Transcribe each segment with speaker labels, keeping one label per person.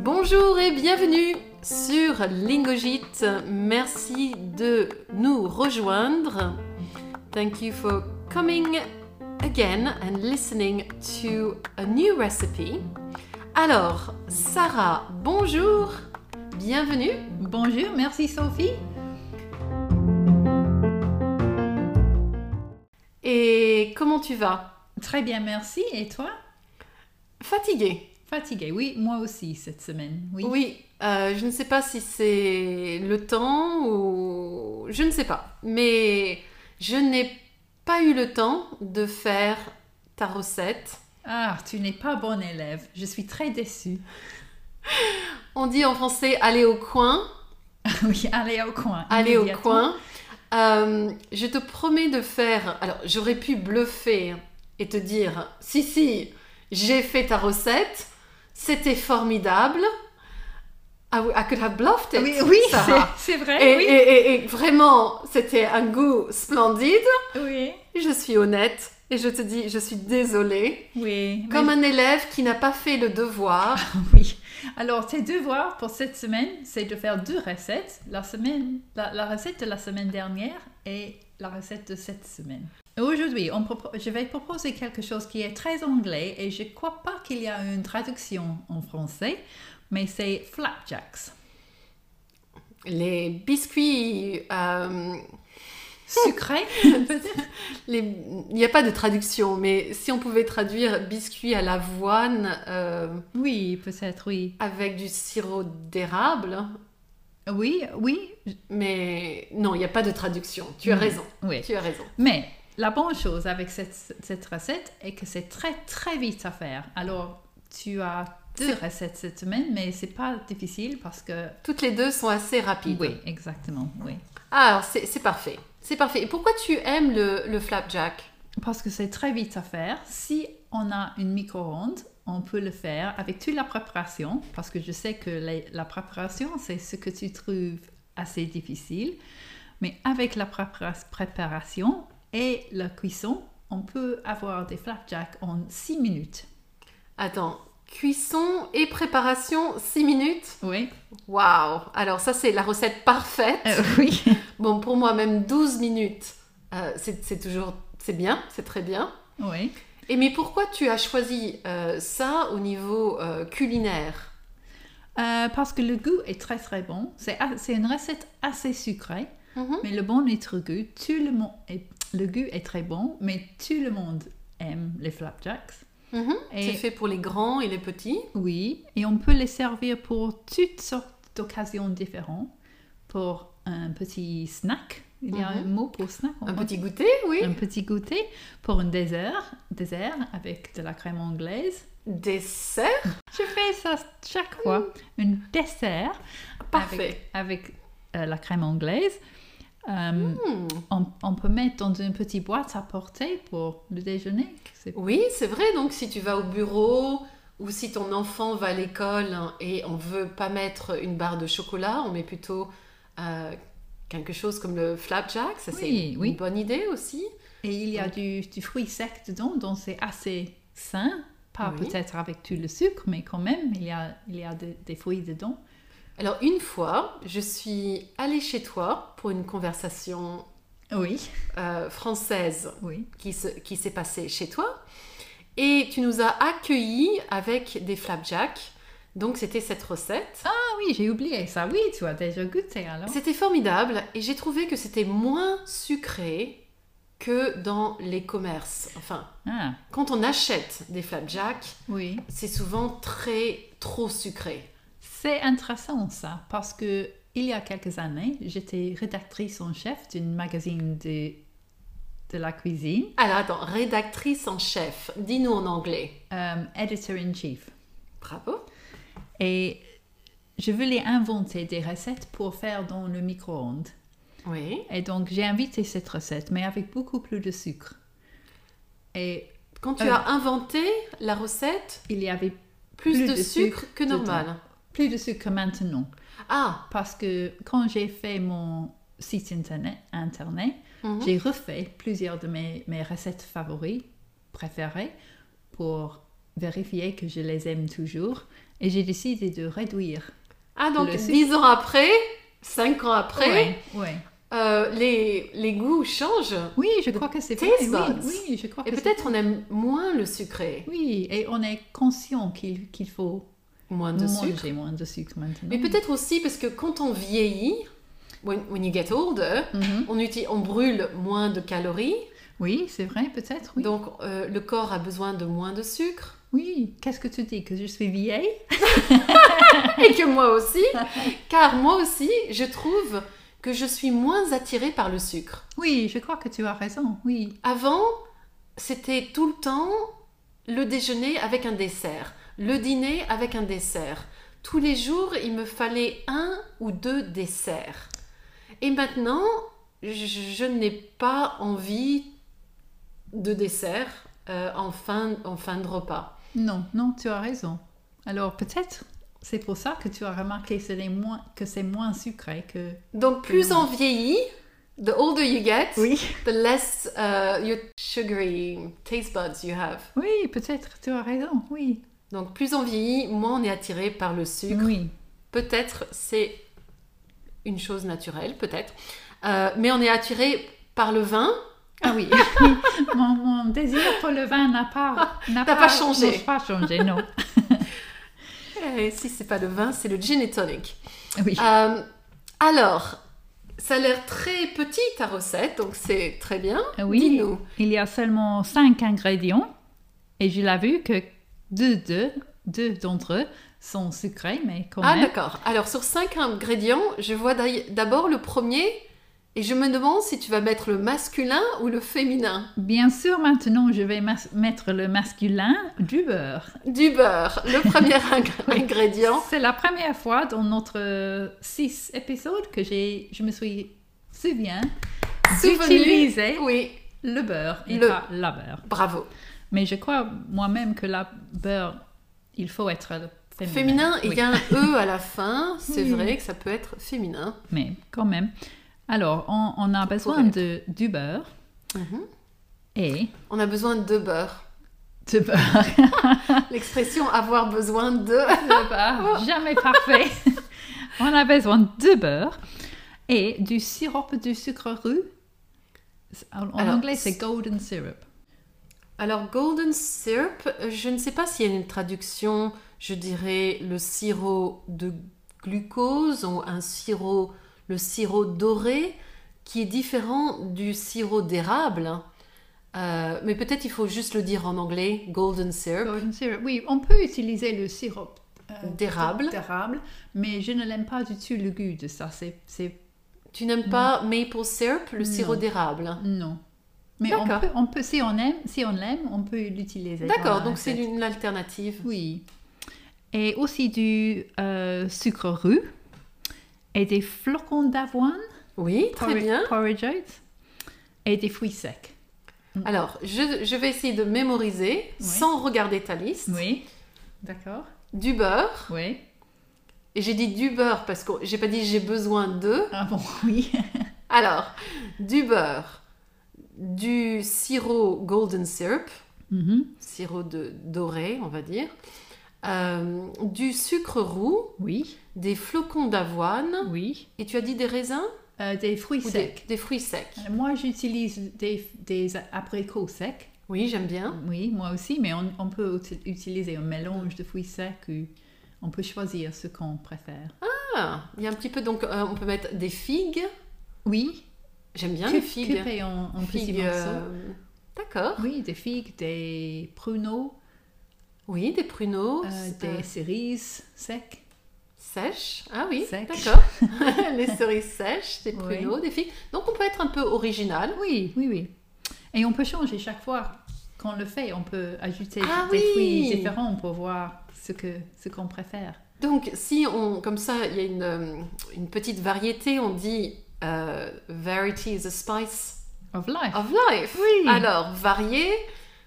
Speaker 1: Bonjour et bienvenue sur Lingogite. Merci de nous rejoindre. Thank you for coming again and listening to a new recipe. Alors, Sarah, bonjour. Bienvenue.
Speaker 2: Bonjour, merci Sophie.
Speaker 1: Et comment tu vas
Speaker 2: Très bien, merci. Et toi
Speaker 1: Fatiguée.
Speaker 2: Fatiguée, oui, moi aussi cette semaine. Oui,
Speaker 1: Oui, euh, je ne sais pas si c'est le temps ou... Je ne sais pas. Mais je n'ai pas eu le temps de faire ta recette.
Speaker 2: Ah, tu n'es pas bon élève. Je suis très déçue.
Speaker 1: On dit en français aller au coin.
Speaker 2: oui, allez au coin.
Speaker 1: Aller au
Speaker 2: immédiatement.
Speaker 1: coin. Euh, je te promets de faire... Alors, j'aurais pu bluffer et te dire, si, si, j'ai fait ta recette. C'était formidable. I, w- I could have bluffed it,
Speaker 2: Oui, oui,
Speaker 1: Sarah.
Speaker 2: c'est c'est vrai.
Speaker 1: Et,
Speaker 2: Eh oui.
Speaker 1: et- et- et vraiment, c'était un goût splendide.
Speaker 2: oui,
Speaker 1: Je suis honnête et je te dis, je suis désolée.
Speaker 2: oui, mais-
Speaker 1: Comme un élève qui n'a pas fait le devoir.
Speaker 2: oui. Alors, tes devoirs pour cette semaine, c'est de faire deux recettes. La, semaine, la, la recette de la semaine dernière et la recette de cette semaine. Et Aujourd'hui, on propo- je vais proposer quelque chose qui est très anglais et je ne crois pas qu'il y a une traduction en français, mais c'est flapjacks.
Speaker 1: Les biscuits, euh,
Speaker 2: Sucré, peut-être
Speaker 1: les- il n'y a pas de traduction, mais si on pouvait traduire biscuits à l'avoine euh,
Speaker 2: Oui, peut-être, oui.
Speaker 1: avec du sirop d'érable,
Speaker 2: Oui, oui,
Speaker 1: mais non, il n'y a pas de traduction. Tu as
Speaker 2: Mm.
Speaker 1: raison,
Speaker 2: oui.
Speaker 1: tu as raison.
Speaker 2: Mais la bonne chose avec cette, cette recette est que c'est très très vite à faire. Alors, tu as deux recettes cette semaine, mais c'est pas difficile parce que ah
Speaker 1: Toutes les deux sont assez rapides.
Speaker 2: oui, exactement, oui.
Speaker 1: Ah, alors c'est c'est parfait. C'est parfait. Et pourquoi tu aimes le, le flapjack
Speaker 2: Parce que c'est très vite à faire. Si on a une micro-ondes, on peut le faire avec toute la préparation, parce que je sais que la, la préparation, c'est ce que tu trouves assez difficile. Mais avec la prépara- préparation et la cuisson, on peut avoir des flapjacks en 6 minutes.
Speaker 1: Attends, cuisson et préparation 6 minutes
Speaker 2: Oui.
Speaker 1: Waouh Alors ça c'est la recette parfaite.
Speaker 2: Euh, oui.
Speaker 1: Bon, pour moi même 12 minutes, euh, c'est c'est toujours... C'est bien, c'est très bien.
Speaker 2: oui.
Speaker 1: Et mais pourquoi tu as choisi euh, ça au niveau euh, culinaire
Speaker 2: Euh, parce que le goût est très très bon. C'est a- c'est une recette assez sucrée.
Speaker 1: Mhm.
Speaker 2: Mais le bon notre goût, tout le monde est, le goût est très bon, mais tout le monde aime les flapjacks.
Speaker 1: Mhm.
Speaker 2: Et-
Speaker 1: C'est fait pour les grands et les petits.
Speaker 2: Oui, et on peut les servir pour toutes sortes d'occasions différentes. Pour un petit snack, il y a
Speaker 1: Mhm.
Speaker 2: un mot pour snack en
Speaker 1: Un
Speaker 2: français?
Speaker 1: petit goûter, oui.
Speaker 2: un petit goûter pour un dessert, dessert avec de la crème anglaise.
Speaker 1: Dessert.
Speaker 2: Je fais ça chaque fois, un dessert
Speaker 1: Mm. Parfait.
Speaker 2: avec, avec, euh, la crème anglaise. Euh,
Speaker 1: Hmm.
Speaker 2: On, on peut mettre dans une petite boîte à porter pour le déjeuner. C'est-
Speaker 1: Oui, c'est vrai. Donc, si tu vas au bureau ou si ton enfant va à l'école et on veut pas mettre une barre de chocolat, on met plutôt euh, quelque chose comme le flapjack. Ça, c'est
Speaker 2: Oui,
Speaker 1: une
Speaker 2: oui.
Speaker 1: bonne idée aussi.
Speaker 2: Et il y a du, du fruit sec dedans, donc c'est assez sain. Pas
Speaker 1: Oui.
Speaker 2: peut-être avec tout le sucre, mais quand même, il y a, il y a de- des fruits dedans.
Speaker 1: Alors, une fois, je suis allée chez toi pour une conversation
Speaker 2: Oui,
Speaker 1: euh, française
Speaker 2: oui.
Speaker 1: qui se- qui s'est passée chez toi et tu nous as accueillis avec des flapjacks. Donc, c'était cette recette.
Speaker 2: Ah oui, j'ai oublié ça. Oui, tu as déjà goûté alors.
Speaker 1: C'était formidable et j'ai trouvé que c'était moins sucré que dans les commerces. Enfin,
Speaker 2: Ah,
Speaker 1: quand on achète des flapjacks,
Speaker 2: oui.
Speaker 1: c'est souvent très trop sucré.
Speaker 2: C'est intéressant ça, parce que il y a quelques années, j'étais rédactrice en chef d'une magazine de, de la cuisine,
Speaker 1: Alors attends, rédactrice en chef, dis-nous en anglais.
Speaker 2: euh, Editor in Chief.
Speaker 1: Bravo.
Speaker 2: Et je voulais inventer des recettes pour faire dans le micro-ondes.
Speaker 1: Oui.
Speaker 2: Et donc, j'ai invité cette recette, mais avec beaucoup plus de sucre. Et
Speaker 1: Quand tu
Speaker 2: Euh.
Speaker 1: as inventé la recette,
Speaker 2: il y avait
Speaker 1: plus,
Speaker 2: Plus
Speaker 1: de,
Speaker 2: de
Speaker 1: sucre,
Speaker 2: sucre
Speaker 1: que
Speaker 2: dedans.
Speaker 1: normal.
Speaker 2: plus de sucre que maintenant.
Speaker 1: Ah,
Speaker 2: Parce que quand j'ai fait mon site internet, internet
Speaker 1: mhm.
Speaker 2: j'ai refait plusieurs de mes, mes recettes favorites préférés pour vérifier que je les aime toujours. Et j'ai décidé de réduire.
Speaker 1: Ah, donc
Speaker 2: Le sucre.
Speaker 1: 10 ans après, 5 ans après,
Speaker 2: Ouais, ouais.
Speaker 1: euh, les, les goûts changent.
Speaker 2: Oui, je crois que c'est vrai.
Speaker 1: taste buds.
Speaker 2: Oui, oui, je crois
Speaker 1: Et
Speaker 2: que c'est-
Speaker 1: peut-être on aime moins le sucré,
Speaker 2: Oui, et on est conscient qu'il qu'il faut
Speaker 1: moins de
Speaker 2: manger
Speaker 1: sucre.
Speaker 2: moins de sucre maintenant.
Speaker 1: Mais peut-être aussi parce que quand on vieillit, when, when you get older,
Speaker 2: Mhm.
Speaker 1: on, uti- on brûle moins de calories,
Speaker 2: Oui, c'est vrai, peut-être. Oui.
Speaker 1: donc euh, le corps a besoin de moins de sucre.
Speaker 2: oui. Qu'est-ce que tu dis que je suis vieille
Speaker 1: Et que moi aussi, car moi aussi, je trouve que je suis moins attirée par le sucre.
Speaker 2: Oui, je crois que tu as raison. Oui,
Speaker 1: Avant, c'était tout le temps le déjeuner avec un dessert, le dîner avec un dessert. Tous les jours, il me fallait un ou deux desserts. Et maintenant, je, je n'ai pas envie de dessert euh, en, fin, en fin de repas.
Speaker 2: non, non, tu as raison. Alors peut-être c'est pour ça que tu as remarqué ce n'est moins- que c'est moins sucré que.
Speaker 1: Donc, plus on vieillit, the older you get,
Speaker 2: Oui.
Speaker 1: the less uh, your sugary taste buds you have.
Speaker 2: Oui, peut-être, tu as raison. Oui.
Speaker 1: Donc, plus on vieillit, moins on est attiré par le sucre.
Speaker 2: Oui.
Speaker 1: Peut-être c'est une chose naturelle, peut-être. Euh, mais on est attiré par le vin.
Speaker 2: Ah oui. mon, mon désir pour le vin n'a pas n'a
Speaker 1: T'as pas changé.
Speaker 2: n'a pas changé, non.
Speaker 1: Et si c'est pas le vin, c'est le gin et tonic.
Speaker 2: Oui.
Speaker 1: Euh, alors, ça a l'air très petit ta recette, donc c'est très bien.
Speaker 2: oui.
Speaker 1: Ah, Dis-nous.
Speaker 2: Il y a seulement cinq ingrédients et je l'ai vu que deux, deux, deux d'entre eux sont sucrés, mais quand
Speaker 1: Ah
Speaker 2: même.
Speaker 1: d'accord. Alors sur cinq ingrédients, je vois d'ail- d'abord le premier et je me demande si tu vas mettre le masculin ou le féminin.
Speaker 2: Bien sûr, maintenant, je vais mas- mettre le masculin du beurre.
Speaker 1: Du beurre, le premier ing- ingrédient.
Speaker 2: C'est la première fois dans notre euh, six épisodes que j'ai, je me suis souvient
Speaker 1: Souvenu.
Speaker 2: d'utiliser
Speaker 1: Oui,
Speaker 2: le beurre et
Speaker 1: Le-
Speaker 2: pas la beurre.
Speaker 1: bravo.
Speaker 2: Mais je crois moi-même que la beurre, il faut être féminin.
Speaker 1: Féminin, il
Speaker 2: Oui.
Speaker 1: y a un E à la fin, c'est
Speaker 2: Oui.
Speaker 1: vrai que ça peut être féminin.
Speaker 2: Mais quand même. Alors, on, on a besoin
Speaker 1: être. Mhm.
Speaker 2: de, du beurre et
Speaker 1: On a besoin de beurre.
Speaker 2: de beurre.
Speaker 1: L'expression avoir besoin de.
Speaker 2: Le beurre, jamais parfait. on a besoin de beurre et du sirop de sucre roux. En, en
Speaker 1: Alors,
Speaker 2: anglais, c'est golden syrup.
Speaker 1: Alors, golden syrup, euh, je ne sais pas s'il y a une traduction, je dirais le sirop de glucose ou un sirop, le sirop doré, qui est différent du sirop d'érable. Euh, mais peut-être il faut juste le dire en anglais, golden syrup.
Speaker 2: Golden syrup. Oui, on peut utiliser le sirop euh,
Speaker 1: D'érable.
Speaker 2: d'érable, mais je ne l'aime pas du tout le goût de ça. C'est, c'est
Speaker 1: Tu n'aimes pas maple syrup, le
Speaker 2: Non.
Speaker 1: sirop d'érable
Speaker 2: non. Mais on
Speaker 1: D'accord.
Speaker 2: peut, on peut, si on aime, si on l'aime, on peut l'utiliser. dans
Speaker 1: D'accord,
Speaker 2: la
Speaker 1: donc c'est
Speaker 2: recette.
Speaker 1: une alternative.
Speaker 2: Oui. Et aussi du euh, sucre roux et des flocons d'avoine.
Speaker 1: Oui, très
Speaker 2: porri-
Speaker 1: bien.
Speaker 2: porridgeite, Et des fruits secs.
Speaker 1: Alors, je, je vais essayer de mémoriser
Speaker 2: Oui.
Speaker 1: sans regarder ta liste.
Speaker 2: Oui. D'accord.
Speaker 1: Du beurre.
Speaker 2: Oui.
Speaker 1: Et j'ai dit du beurre parce que j'ai pas dit j'ai besoin de.
Speaker 2: Ah bon, oui.
Speaker 1: Alors, du beurre, du sirop golden syrup,
Speaker 2: Mhm.
Speaker 1: sirop de doré, on va dire, euh, du sucre roux,
Speaker 2: Oui.
Speaker 1: des flocons d'avoine.
Speaker 2: Oui.
Speaker 1: Et tu as dit des raisins
Speaker 2: Euh, des fruits
Speaker 1: ou des,
Speaker 2: secs.
Speaker 1: des fruits secs.
Speaker 2: Euh, Moi, j'utilise des, des abricots secs.
Speaker 1: Oui, j'aime bien.
Speaker 2: Oui, moi aussi, mais on, on peut uti- utiliser un mélange de fruits secs ou on peut choisir ce qu'on préfère.
Speaker 1: Ah, il y a un petit peu donc euh, on peut mettre des figues.
Speaker 2: Oui,
Speaker 1: J'aime bien les
Speaker 2: cup-
Speaker 1: figues.
Speaker 2: couper en, en petits
Speaker 1: Figues,
Speaker 2: morceaux.
Speaker 1: euh, D'accord.
Speaker 2: Oui, des figues, des pruneaux,
Speaker 1: Oui, des pruneaux
Speaker 2: euh,
Speaker 1: s-
Speaker 2: des
Speaker 1: euh,
Speaker 2: cerises secs.
Speaker 1: sèches. Ah oui,
Speaker 2: Sèches.
Speaker 1: d'accord. les cerises sèches, des
Speaker 2: Oui.
Speaker 1: pruneaux, des figues. Donc on peut être un peu original.
Speaker 2: Oui, oui, oui. Et on peut changer chaque fois qu'on le fait. On peut ajouter
Speaker 1: Ah
Speaker 2: des
Speaker 1: oui.
Speaker 2: fruits différents pour voir ce que ce qu'on préfère.
Speaker 1: Donc si on, comme ça, il y a une, euh, une petite variété, on dit euh, variety is the spice
Speaker 2: Of life.
Speaker 1: of life.
Speaker 2: Oui.
Speaker 1: Alors varié,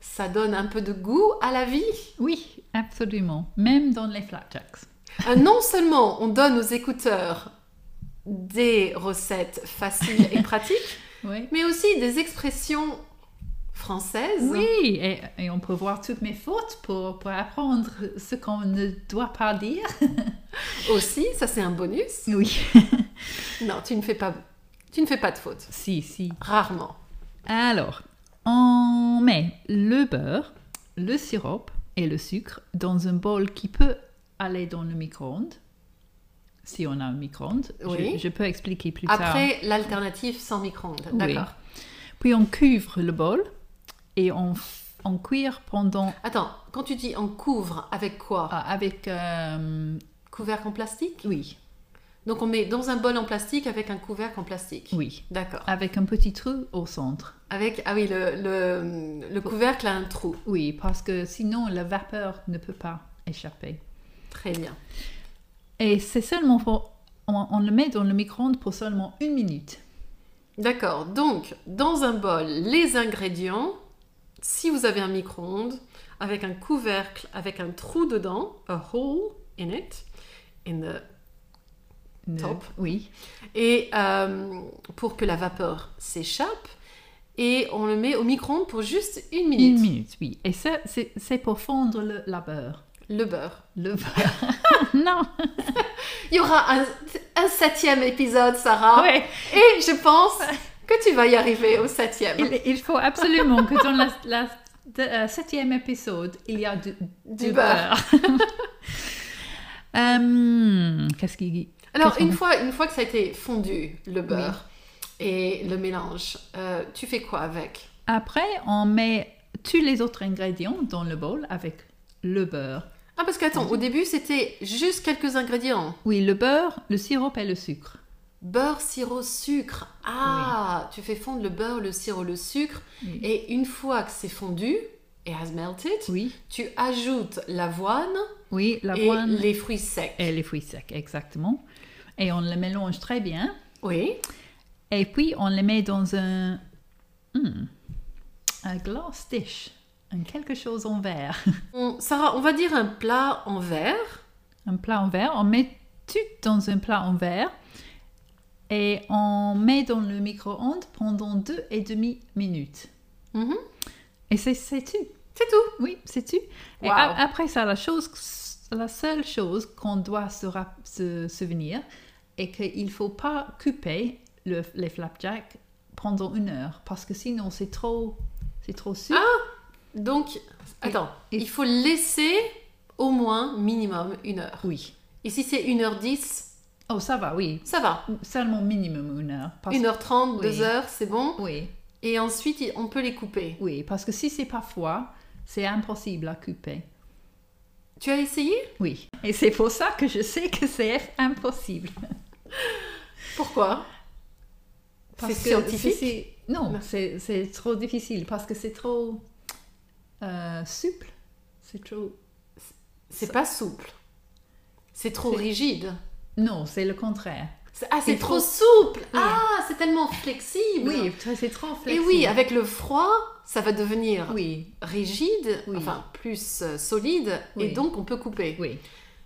Speaker 1: ça donne un peu de goût à la vie.
Speaker 2: Oui, absolument. Même dans les flapjacks.
Speaker 1: Euh, non seulement on donne aux écouteurs des recettes faciles et pratiques,
Speaker 2: Oui.
Speaker 1: mais aussi des expressions française.
Speaker 2: Oui, et, et on peut voir toutes mes fautes pour, pour apprendre ce qu'on ne doit pas dire.
Speaker 1: Aussi, ça c'est un bonus.
Speaker 2: Oui.
Speaker 1: Non, tu ne fais pas, tu ne fais pas de faute.
Speaker 2: si, si.
Speaker 1: Rarement.
Speaker 2: Alors, on met le beurre, le sirop et le sucre dans un bol qui peut aller dans le micro-ondes. Si on a un micro-ondes, Je-
Speaker 1: Oui.
Speaker 2: je, peux expliquer plus tard.
Speaker 1: Après, l'alternative sans micro-ondes.
Speaker 2: Oui.
Speaker 1: D'accord.
Speaker 2: Puis on couvre le bol et on, on cuire pendant
Speaker 1: Attends, quand tu dis on couvre, avec quoi
Speaker 2: ah, avec euh,
Speaker 1: Couvercle en plastique
Speaker 2: oui
Speaker 1: Donc on met dans un bol en plastique avec un couvercle en plastique.
Speaker 2: oui
Speaker 1: D'accord.
Speaker 2: avec un petit trou au centre.
Speaker 1: Avec, ah oui, le, le, le couvercle a un trou.
Speaker 2: Oui, parce que sinon la vapeur ne peut pas échapper.
Speaker 1: Très bien.
Speaker 2: Et c'est seulement pour- on, on le met dans le micro-ondes pour seulement une minute.
Speaker 1: D'accord. Donc, dans un bol, les ingrédients, si vous avez un micro-ondes, avec un couvercle, avec un trou dedans, a hole in it, in the-
Speaker 2: Ne-
Speaker 1: Top.
Speaker 2: Oui.
Speaker 1: et euh, pour que la vapeur s'échappe, et on le met au micro-ondes pour juste une minute.
Speaker 2: Une minute, oui. Et ça, c'est c'est pour fondre le, la beurre.
Speaker 1: Le beurre.
Speaker 2: Le beurre. non.
Speaker 1: Il y aura un, un septième épisode, Sarah,
Speaker 2: Ouais.
Speaker 1: et je pense que tu vas y arriver au septième.
Speaker 2: Il, il faut absolument que dans la, la- de- euh, septième épisode, il y a du,
Speaker 1: Du beurre.
Speaker 2: beurre. Hum, Qu'est-ce qu'il
Speaker 1: Alors,
Speaker 2: Qu'est-ce qu'on
Speaker 1: une
Speaker 2: fait
Speaker 1: fois, une fois que ça a été fondu, le beurre et le mélange, euh, tu fais quoi avec
Speaker 2: Après, on met tous les autres ingrédients dans le bol avec le beurre.
Speaker 1: Ah, parce qu'attends, au début, c'était juste quelques ingrédients.
Speaker 2: Oui, le beurre, le sirop et le sucre.
Speaker 1: Beurre, sirop, sucre. Ah, tu fais fondre le beurre, le sirop, le sucre.
Speaker 2: Oui.
Speaker 1: Et une fois que c'est fondu, et has melted,
Speaker 2: Oui,
Speaker 1: tu ajoutes l'avoine
Speaker 2: oui,
Speaker 1: et
Speaker 2: l'avoine
Speaker 1: les fruits secs.
Speaker 2: et les fruits secs, exactement. Et on le mélange très bien.
Speaker 1: Oui,
Speaker 2: Et puis, on les met dans un... hmm, un glass dish, un quelque chose en verre.
Speaker 1: On- Sarah, on va dire un plat en verre.
Speaker 2: un plat en verre, on met tout dans un plat en verre et on met dans le micro-ondes pendant deux et demi minutes.
Speaker 1: Mhm.
Speaker 2: Et c'est c'est tout.
Speaker 1: C'est tout.
Speaker 2: Oui, c'est tout. Et
Speaker 1: Wow.
Speaker 2: a- après ça, la chose, la seule chose qu'on doit se, rap- se souvenir est qu'il faut pas couper le- les flapjacks pendant une heure parce que sinon c'est trop, c'est trop sûr.
Speaker 1: Donc, attends,
Speaker 2: Et-
Speaker 1: il faut laisser au moins minimum une heure.
Speaker 2: Oui.
Speaker 1: Et si c'est 1h10,
Speaker 2: Oh, ça va, oui.
Speaker 1: ça va.
Speaker 2: Seulement minimum une heure. parce-
Speaker 1: 1h30,
Speaker 2: Oui.
Speaker 1: 2h, c'est bon.
Speaker 2: Oui.
Speaker 1: Et ensuite, il- on peut les couper.
Speaker 2: Oui, parce que si c'est pas froid, c'est impossible à couper.
Speaker 1: Tu as essayé
Speaker 2: Oui. Et c'est pour ça que je sais que c'est impossible.
Speaker 1: Pourquoi
Speaker 2: Parce
Speaker 1: C'est
Speaker 2: que
Speaker 1: scientifique
Speaker 2: si c'est- Non,
Speaker 1: Non.
Speaker 2: c'est c'est trop difficile parce que c'est trop euh, souple. C'est trop.
Speaker 1: C'est pas souple. C'est trop
Speaker 2: C'est-
Speaker 1: rigide.
Speaker 2: Non, c'est le contraire.
Speaker 1: C'est- Ah, c'est
Speaker 2: Il
Speaker 1: trop
Speaker 2: faut-
Speaker 1: souple Ah, c'est tellement flexible
Speaker 2: Oui, c'est trop
Speaker 1: Et
Speaker 2: flexible.
Speaker 1: oui, ah, avec le froid, ça va devenir
Speaker 2: Oui,
Speaker 1: rigide,
Speaker 2: Oui.
Speaker 1: enfin plus euh, solide, et
Speaker 2: Oui.
Speaker 1: donc on peut couper.
Speaker 2: oui.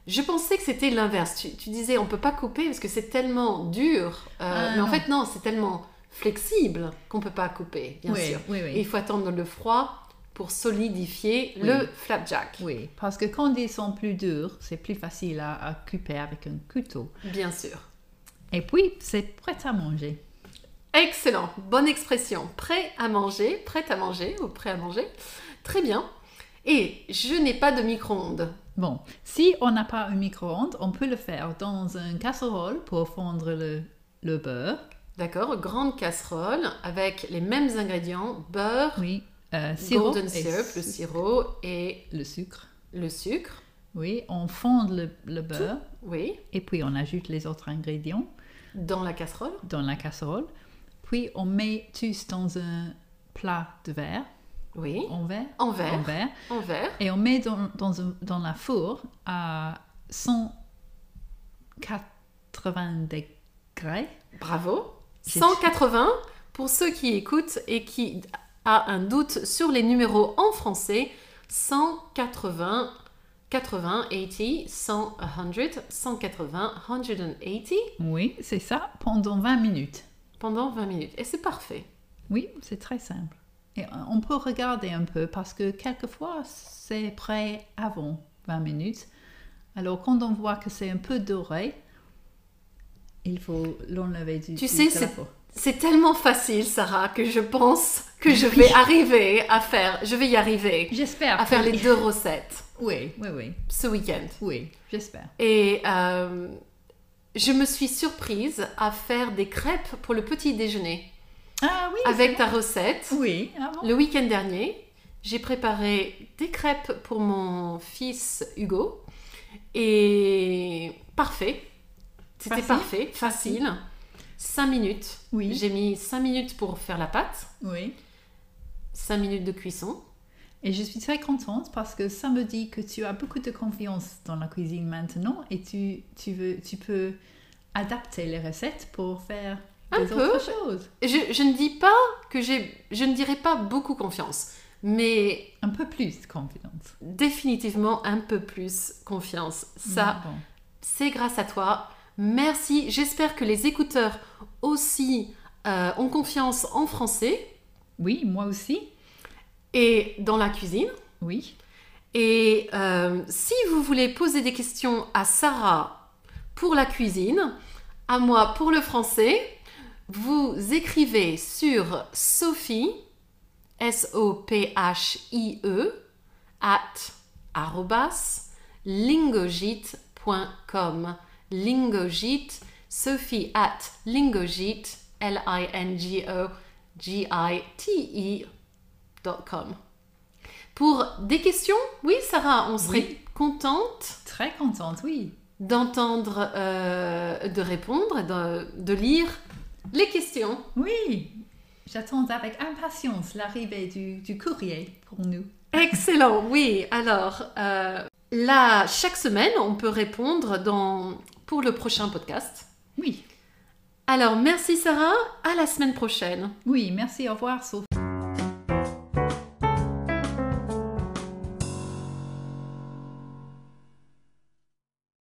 Speaker 1: Je pensais que c'était l'inverse. Tu, tu disais on peut pas couper parce que c'est tellement dur. Euh,
Speaker 2: Ah,
Speaker 1: mais en
Speaker 2: non.
Speaker 1: fait non, c'est tellement flexible qu'on peut pas couper, bien
Speaker 2: oui,
Speaker 1: sûr.
Speaker 2: Oui,
Speaker 1: Et
Speaker 2: oui.
Speaker 1: il faut attendre le froid pour solidifier
Speaker 2: Oui.
Speaker 1: le flapjack.
Speaker 2: Oui, parce que quand ils sont plus durs, c'est plus facile à, à couper avec un couteau.
Speaker 1: Bien sûr.
Speaker 2: Et puis, c'est prêt à manger.
Speaker 1: Excellent, bonne expression. Prêt à manger, prêt à manger ou prêt à manger. Très bien. Et je n'ai pas de micro-ondes.
Speaker 2: Bon, si on n'a pas un micro-ondes, on peut le faire dans une casserole pour fondre le, le beurre.
Speaker 1: D'accord, grande casserole avec les mêmes ingrédients, beurre,
Speaker 2: Oui, euh, sirop
Speaker 1: golden
Speaker 2: et
Speaker 1: syrup, le
Speaker 2: su-
Speaker 1: sirop et
Speaker 2: le sucre.
Speaker 1: le sucre.
Speaker 2: Oui, on fonde le, le beurre
Speaker 1: Oui,
Speaker 2: et puis on ajoute les autres ingrédients
Speaker 1: dans la casserole.
Speaker 2: dans la casserole. Puis on met tous dans un plat de verre,
Speaker 1: Oui,
Speaker 2: en verre,
Speaker 1: en verre,
Speaker 2: en verre,
Speaker 1: en verre.
Speaker 2: et on met dans, dans, un- dans la four à 180 degrés.
Speaker 1: Bravo.
Speaker 2: J'ai-
Speaker 1: 180 pour ceux qui écoutent et qui a un doute sur les numéros en français. 180 80 80 100 100 180 180
Speaker 2: Oui, c'est ça, pendant 20 minutes.
Speaker 1: pendant 20 minutes et c'est parfait.
Speaker 2: Oui, c'est très simple. Et euh, on peut regarder un peu parce que quelquefois c'est prêt avant 20 minutes. Alors quand on voit que c'est un peu doré, il faut l'enlever du
Speaker 1: Tu
Speaker 2: du-
Speaker 1: sais,
Speaker 2: de la peau.
Speaker 1: C'est tellement facile, Sarah, que je pense que je vais arriver à faire, je vais y arriver,
Speaker 2: J'espère.
Speaker 1: à faire
Speaker 2: que-
Speaker 1: les deux recettes
Speaker 2: Oui, oui, oui,
Speaker 1: ce week-end.
Speaker 2: oui, j'espère.
Speaker 1: Et euh, je me suis surprise à faire des crêpes pour le petit déjeuner
Speaker 2: Ah oui.
Speaker 1: avec ta recette.
Speaker 2: Oui, ah bon.
Speaker 1: Le week-end dernier, j'ai préparé des crêpes pour mon fils Hugo. Et parfait. C'était
Speaker 2: Facile.
Speaker 1: parfait, facile. 5 minutes.
Speaker 2: Oui,
Speaker 1: J'ai mis 5 minutes pour faire la pâte,
Speaker 2: oui.
Speaker 1: 5 minutes de cuisson.
Speaker 2: Et je suis très contente parce que ça me dit que tu as beaucoup de confiance dans la cuisine maintenant et tu, tu, veux, tu peux adapter les recettes pour faire
Speaker 1: Un
Speaker 2: des
Speaker 1: peu.
Speaker 2: autres choses.
Speaker 1: Et Je, je ne dis pas que j'ai... Je ne dirais pas beaucoup confiance, mais
Speaker 2: Un peu plus de confiance.
Speaker 1: définitivement un peu plus confiance. Ça,
Speaker 2: Mais bon.
Speaker 1: C'est grâce à toi. Merci. J'espère que les écouteurs aussi euh, ont confiance en français
Speaker 2: Oui, moi aussi.
Speaker 1: et dans la cuisine.
Speaker 2: Oui.
Speaker 1: Et euh, si vous voulez poser des questions à Sarah pour la cuisine, à moi pour le français, vous écrivez sur Sophie, S-O-P-H-I-E, E, at arrobas lingogite.com. Lingogite, Sophie at lingogite, L-I-N-G-O-G-I-T-E E dot com. Pour des questions, oui, Sarah, on serait
Speaker 2: Oui.
Speaker 1: contente
Speaker 2: Très contente, oui.
Speaker 1: d'entendre, euh, de répondre, de, de lire les questions.
Speaker 2: Oui. J'attends avec impatience l'arrivée du, du courrier pour nous.
Speaker 1: Excellent, oui. Alors, euh, là, chaque semaine, on peut répondre dans, pour le prochain podcast.
Speaker 2: Oui.
Speaker 1: Alors, merci Sarah, à la semaine prochaine.
Speaker 2: Oui, merci. Au revoir, Sophie.